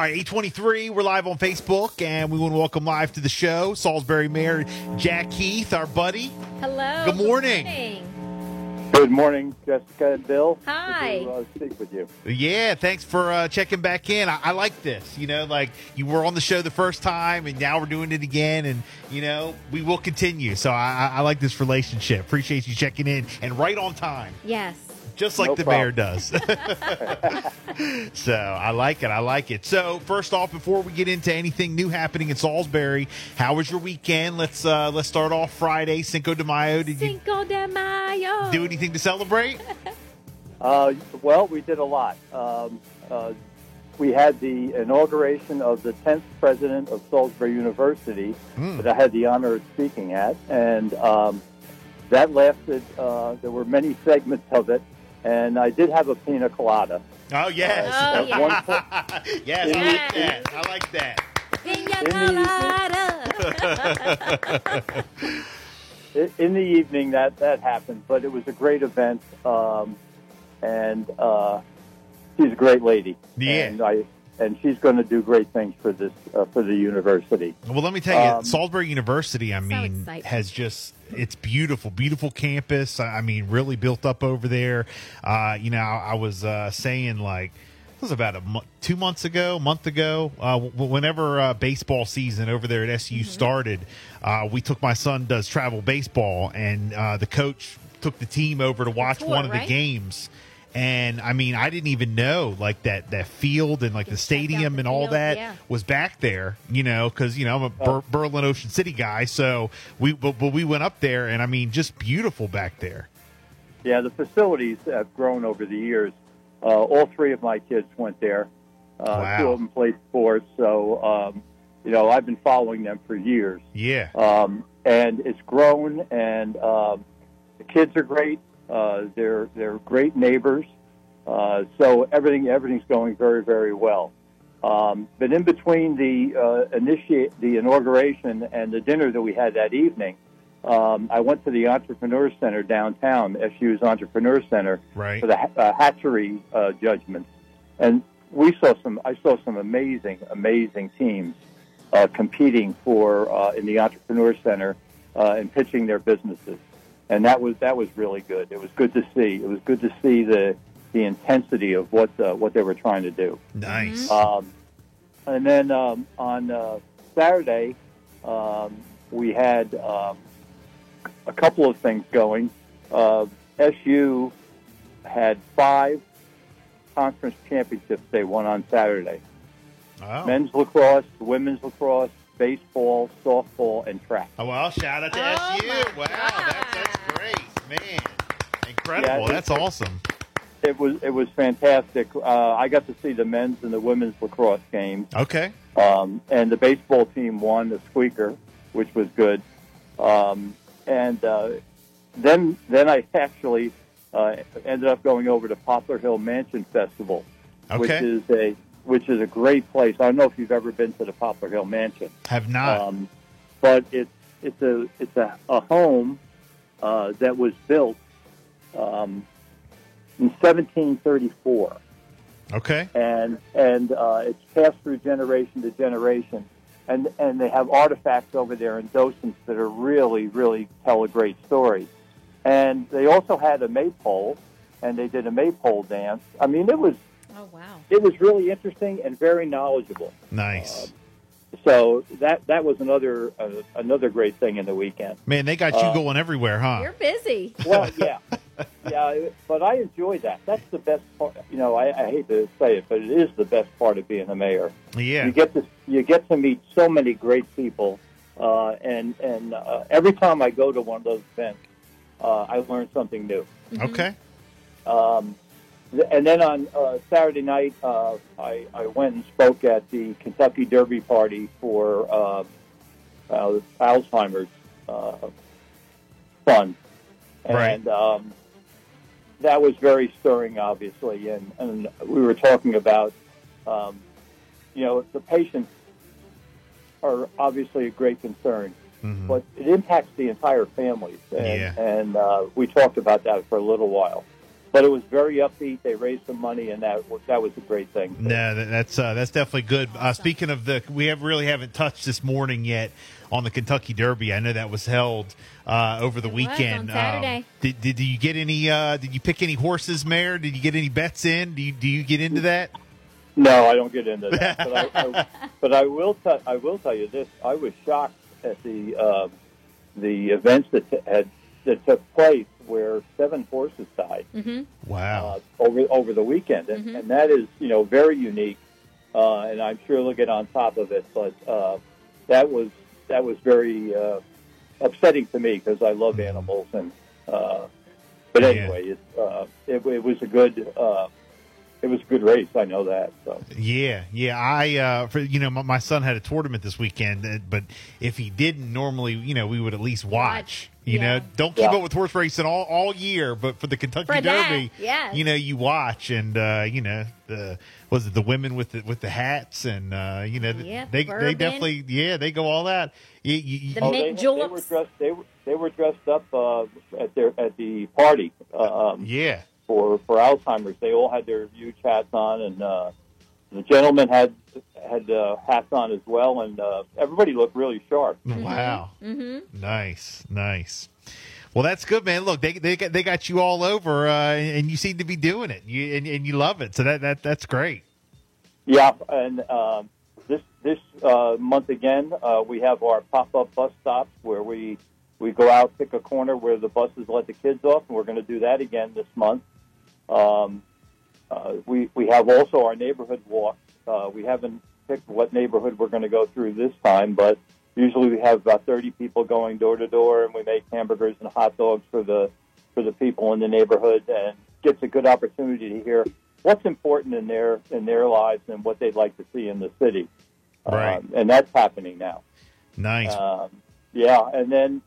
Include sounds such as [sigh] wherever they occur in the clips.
All right, 823, we're live on Facebook, and we want to welcome live to the show Salisbury Mayor Jack Keith, our buddy. Hello. Good morning. morning. Good morning, Jessica and Bill. Hi. Good to uh, speak with you. Yeah, thanks for uh, checking back in. I, I like this. You know, like you were on the show the first time, and now we're doing it again, and, you know, we will continue. So I, I- I like this relationship. Appreciate you checking in and right on time. Yes. just like No the problem. mayor does. [laughs] so I like it. I like it. So first off, before we get into anything new happening in Salisbury, how was your weekend? Let's uh let's start off Friday, Cinco de Mayo. Did you Cinco de Mayo. do anything to celebrate? Uh, well, we did a lot. Um, uh, we had the inauguration of the 10th president of Salisbury University Mm. that I had the honor of speaking at, and um, that lasted. Uh, there were many segments of it, and I did have a pina colada. Oh yes. Oh, At yeah. one point- [laughs] yes, I like that. Yeah. I like that. Pina the [laughs] colada. I- in the evening that that happened, but it was a great event, um, and uh, she's a great lady. Yeah. and I and she's going to do great things for this uh, for the university. Well, let me tell you, Um, Salisbury University, I mean, exciting. has just, it's beautiful, beautiful campus. I I mean, really built up over there. Uh, you know, I, I was uh, saying like, it was about a mo- two months ago, month ago, uh, w- whenever uh, baseball season over there at SU Mm-hmm. started, uh, we took my son does travel baseball, and uh, the coach took the team over to watch tour, one of the right? games. And I mean, I didn't even know like that that field and like the You checked out stadium the and all field, that yeah. was back there, you know, because you know I'm a Oh. Ber- Berlin Ocean City guy, so we but, but we went up there, and I mean, just beautiful back there. Yeah, the facilities have grown over the years. Uh, all three of my kids went there. Uh, Wow. Two of them played sports, so um, you know I've been following them for years. Yeah, um, and it's grown. And um, the kids are great. Uh, they're they're great neighbors. Uh, so everything everything's going very very well. Um, but in between the uh, initiate the inauguration and the dinner that we had that evening, um, I went to the Entrepreneur Center downtown, SU's Entrepreneur Center, right. for the ha- uh, hatchery uh, judgments, and we saw some. I saw some amazing, amazing teams uh, competing for uh, in the Entrepreneur Center uh, and pitching their businesses, and that was that was really good. It was good to see. It was good to see the the intensity of what uh, what they were trying to do. Nice. Mm-hmm. Um, and then um, on uh, Saturday, um, we had um, a couple of things going. Uh, SU had five conference championships they won on Saturday Oh. men's lacrosse, women's lacrosse, baseball, softball, and track. Oh, well, shout out to Oh, SU. my Wow, that's, that's God. great, man. Incredible. Yeah, that's awesome. It was it was fantastic. Uh, I got to see the men's and the women's lacrosse games. Okay. Um, and the baseball team won the squeaker, which was good. Um, and uh, then then I actually uh, ended up going over to Poplar Hill Mansion Festival, which Okay. is a which is a great place. I don't know if you've ever been to the Poplar Hill Mansion, Have not. um, but it's it's a it's a, a home uh, that was built um, in 1734 Uh, okay. and and uh, it's passed through generation to generation, and and they have artifacts over there and docents that are really really tell a great story, and they also had a maypole, and they did a maypole dance. I mean, it was oh wow. it was really interesting and very knowledgeable. uh, Nice. So that that was another uh, another great thing in the weekend. man, they got you uh, going everywhere, huh? You're busy. Well, yeah, yeah, but I enjoy that. That's the best part. You know, I, I hate to say it, but it is the best part of being a mayor. Yeah. You get to you get to meet so many great people, uh, and and uh, every time I go to one of those events, uh, I learn something new. Mm-hmm. Okay. Um, th- and then on uh, Saturday night, uh, I, I went and spoke at the Kentucky Derby party for uh, uh, Alzheimer's uh, Fund, Right. and um, that was very stirring, obviously. And, and we were talking about, um, you know, the patients are obviously a great concern Mm-hmm. Mhm. but it impacts the entire family. And, Yeah. and uh, we talked about that for a little while. but it was very upbeat. They raised some money, and that was- that was a great thing. No, that- that's uh, that's definitely good. Uh, speaking of the, we have really haven't touched this morning yet on the Kentucky Derby. I know that was held uh, over the It was on weekend. Um, Saturday. did, did you get any? Uh, did you pick any horses, Mayor? Did you get any bets in? Do you do you get into that? No, I don't get into that. but, I, [laughs] I, but I will tell I will tell you this: I was shocked at the uh, the events that t- had that took place where seven horses died Wow. uh, over over the weekend, and, and that is you know very unique. Uh, and I'm sure they'll get on top of it, but uh, that was that was very uh, upsetting to me because I love animals, and uh, but Yeah. anyway, it, uh, it, it was a good uh, it was a good race. I know that. So Yeah, yeah. I, uh, for, you know, my, my son had a tournament this weekend, uh, but if he didn't, normally, you know, we would at least watch. Watch, You yeah. know, don't keep Yeah. up with horse racing all, all year, but for the Kentucky For that, Derby, yes. you know, you watch and uh, you know the was it the women with the with the hats and uh, you know th- Yeah, they they bourbon. definitely yeah they go all that. You- you- The you- ma- Oh, they, Mick they were Juleps. dressed. They were they were dressed up uh, at their at the party uh, um, yeah, for for Alzheimer's. They all had their huge hats on, and uh, the gentleman had had uh, hats on as well, and uh, everybody looked really sharp. Wow. Mm-hmm. Nice. Nice. Well, that's good, man. Look, they they got, they got you all over, uh, and you seem to be doing it. You and, and you love it, so that, that that's great. Yeah, and um, this this uh, month again, uh, we have our pop up bus stops where we we go out pick a corner where the buses let the kids off, and we're going to do that again this month. Um, uh, we we have also our neighborhood walk. Uh, we haven't picked what neighborhood we're going to go through this time, but usually we have about thirty people going door to door, and we make hamburgers and hot dogs for the for the people in the neighborhood, and gets a good opportunity to hear what's important in their in their lives and what they'd like to see in the city. Right. Um, and that's happening now. Nice. Um, yeah, and then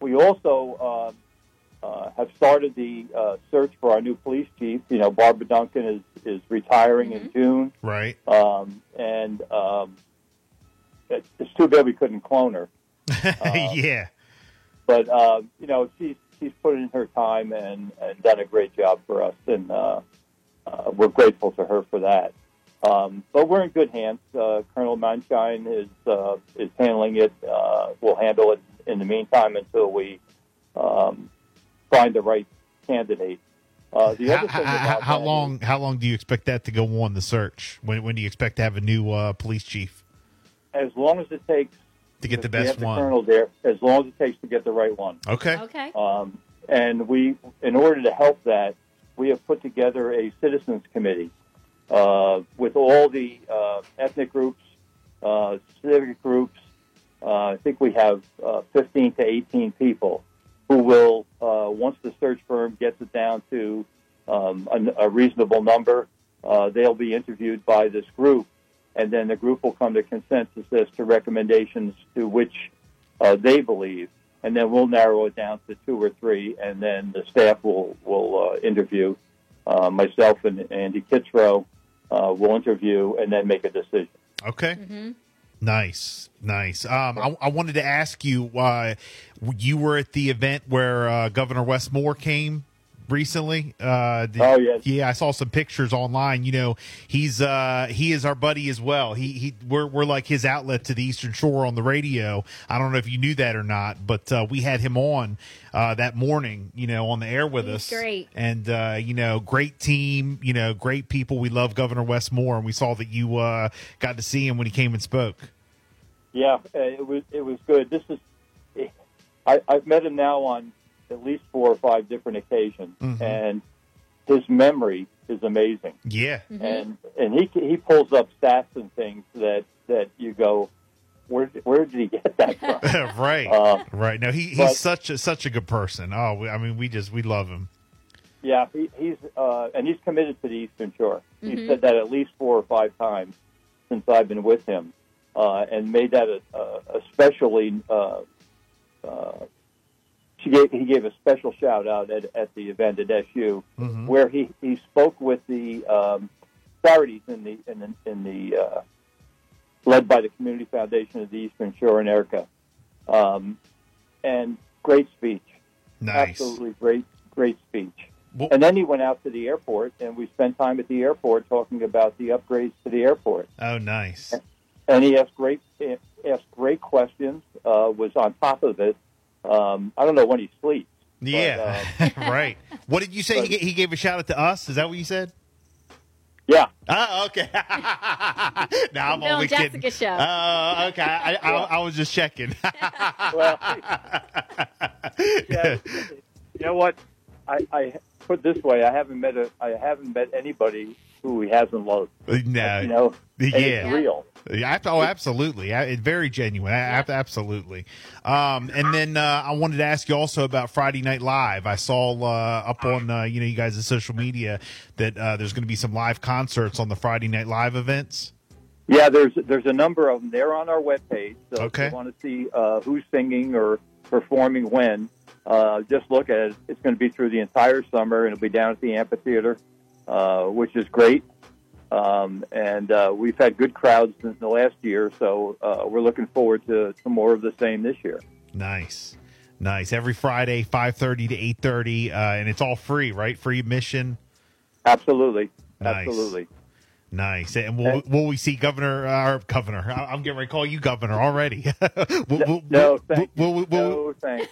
we also um, uh, have started the uh, search for our new police chief. You know, Barbara Duncan is is retiring in June, right. [laughs] um, and um, it- it's too bad we couldn't clone her. yeah. But uh, you know, she's she's put in her time and, and done a great job for us, and uh, uh, we're grateful to her for that. Um, but we're in good hands. Uh, Colonel Manshine is uh, is handling it. Uh, we'll handle it in the meantime until we um, find the right candidate. Uh, the How, other thing how- about how that long how long do you expect that to go on the search? When when do you expect to have a new uh, police chief is, as long as it takes to get the if we best have the one? Colonel there, as long as it takes to get the right one. Okay. Okay. Um, and we, in order to help that, we have put together a citizens committee uh, with all the uh, ethnic groups, uh, civic groups. Uh, I think we have uh, 15 to 18 people who will, uh, once the search firm gets it down to um, a, a reasonable number, uh, they'll be interviewed by this group, and then the group will come to consensus as to recommendations to which uh, they believe, and then we'll narrow it down to two or three, and then the staff will will uh, interview uh, myself and Andy Kitzrow uh, will interview, and then make a decision. Okay. Nice, nice. Um, I, I wanted to ask you, uh, you were at the event where uh, Governor Westmore came recently. Uh, did- Oh, yes. yeah. I saw some pictures online. You know, he's uh, he is our buddy as well. He he, we're we're like his outlet to the Eastern Shore on the radio. I don't know if you knew that or not, but uh, we had him on uh, that morning. You know, on the air with He's us. great. And uh, you know, great team. You know, great people. We love Governor Westmore, and we saw that you uh, got to see him when he came and spoke. Yeah, uh, it was it was good. This is eh, I, I've met him now on at least four or five different occasions, and his memory is amazing. Yeah. and and he he pulls up stats and things that that you go, where where did he get [laughs] that [laughs] from? right. Uh, right. No, he, he's but- such a such a good person. Oh, we, I mean, we just we love him. yeah, he, he's uh, and he's committed to the Eastern Shore. He said that at least four or five times since I've been with him, uh, and made that a, a, especially. Uh, uh, she gave, he gave a special shout out at, at the event at SU, Mm-hmm. where he, he spoke with the um, charities in the in the, in the uh, led by the Community Foundation of the Eastern Shore in Erica, um, and great speech, Nice. absolutely great great speech. Well- and then he went out to the airport, and we spent time at the airport talking about the upgrades to the airport. Oh, nice. And he asked great he asked great questions. Uh, was on top of it. Um, I don't know when he sleeps. but, Yeah, uh, [laughs] right. What did you say? he, but- ga- he gave a shout out to us. Is that what you said? yeah. Oh, okay. [laughs] no, I'm Bill only and Jessica kidding. show. Oh, okay. I, I, I was just [laughs] checking. Well, yeah, you know what? I, I put it this way: I haven't met a I haven't met anybody who he hasn't loved. no. you know, and it's yeah. real. Yeah, ab- Oh, absolutely. I- it- Very genuine. I- ab- Absolutely. Um, and then uh, I wanted to ask you also about Friday Night Live. I saw uh, up on uh, you know you guys' social media that uh, there's going to be some live concerts on the Friday Night Live events. Yeah, there's there's a number of them. They're on our webpage. So Okay. if you want to see uh, who's singing or performing when, uh, just look at it. It's going to be through the entire summer, and it'll be down at the amphitheater, uh, which is great. Um, and uh, we've had good crowds since the last year, so uh, we're looking forward to, to more of the same this year. Nice, nice. Every Friday, five thirty to eight thirty, uh, and it's all free, right? Free admission. Absolutely, Nice. absolutely. Nice. And will, will we see Governor? Our Governor. I, I'm getting ready to call you Governor already. [laughs] will, will- No, will, thank you. will, will, No, thanks.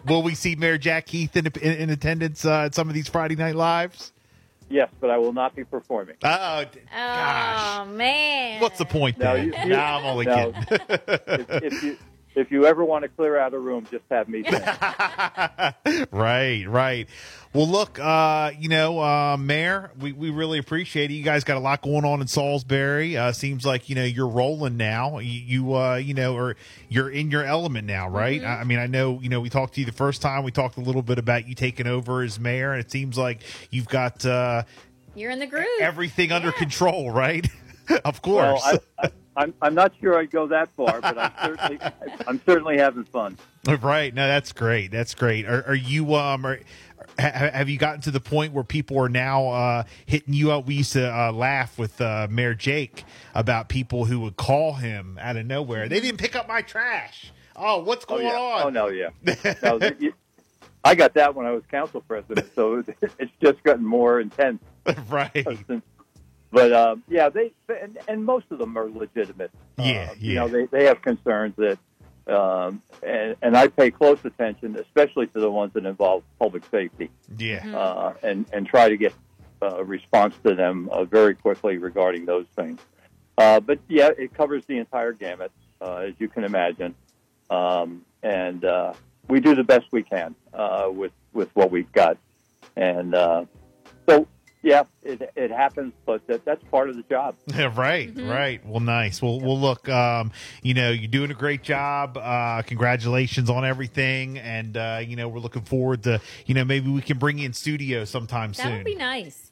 [laughs] will we see Mayor Jack Heath in, in, in attendance uh, at some of these Friday Night Lives? yes, but I will not be performing. Oh, d- Oh gosh. man. What's the point No, there? you- you- nah, I'm only no. kidding. if, if you if you ever want to clear out a room, just have me. Sing. right, right. Well, look, uh, you know, uh, Mayor, we, we really appreciate it. You guys got a lot going on in Salisbury. Uh, seems like you know you're rolling now. You, you uh, you know, or you're in your element now, right? I, I mean, I know you know we talked to you the first time. We talked a little bit about you taking over as mayor, and it seems like you've got uh, You're in the groove. everything under Yeah. control, right? [laughs] of Well, course. I, I, I'm I'm not sure I'd go that far, but I'm certainly I'm certainly having fun. Oh, Right. No, that's great. That's great. Are, are you um are, ha, have you gotten to the point where people are now uh hitting you up? We used to uh, laugh with uh, Mayor Jake about people who would call him out of nowhere. They didn't pick up my trash. Oh, what's Oh going yeah. on? Oh no, yeah. [laughs] No, th- you- I got that when I was council president, so [laughs] it's just gotten more intense. [laughs] right. [laughs] since- But uh, yeah, they and, and most of them are legitimate. Uh, Yeah, You yeah. know, they they have concerns that. Um, and, and I pay close attention, especially to the ones that involve public safety. Yeah. uh, and and try to get uh, a response to them uh, very quickly regarding those things. Uh, but yeah, it covers the entire gamut, uh, as you can imagine, um, and uh, we do the best we can uh, with with what we've got, and uh, so yeah, it it happens, but that, that's part of the job. [laughs] right, Mm-hmm. right. Well, nice. Well, well, look, um, you know, you're doing a great job. Uh, congratulations on everything, and uh, you know, we're looking forward to, you know, maybe we can bring you in studio sometime that soon. would be nice.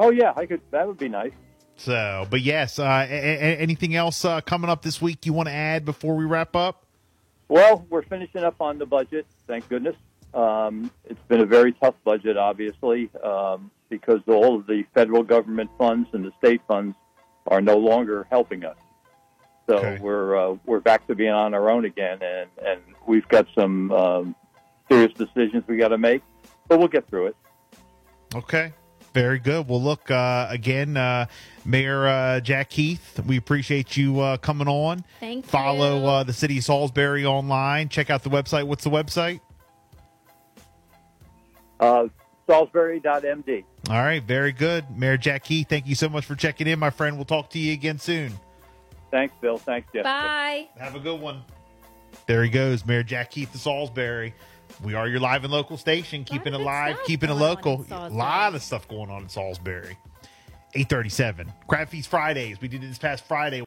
Oh yeah, I could. That would be nice. So, but yes, uh, a- a- anything else uh, coming up this week you want to add before we wrap up? Well, we're finishing up on the budget, thank goodness. Um, it's been a very tough budget, obviously, um, because all of the federal government funds and the state funds are no longer helping us. So Okay. we're uh, we're back to being on our own again, and, and we've got some um, serious decisions we got to make, but we'll get through it. Okay. Very good. Well, look, uh, again, uh, Mayor uh, Jack Heath, we appreciate you uh, coming on. Thank you. Follow uh, the City of Salisbury online. Check out the website. What's the website? Uh, Salisbury.md. All right. Very good. Mayor Jack Heath, thank you so much for checking in, my friend. We'll talk to you again soon. Thanks, Bill. Thanks, Jeff. Bye. Have a good one. There he goes, Mayor Jack Keith of Salisbury. We are your live and local station, keeping it good live, stuff keeping it going on in local. A Salisbury. lot of stuff going on in Salisbury. 837. Crab Feast Fridays. We did it this past Friday.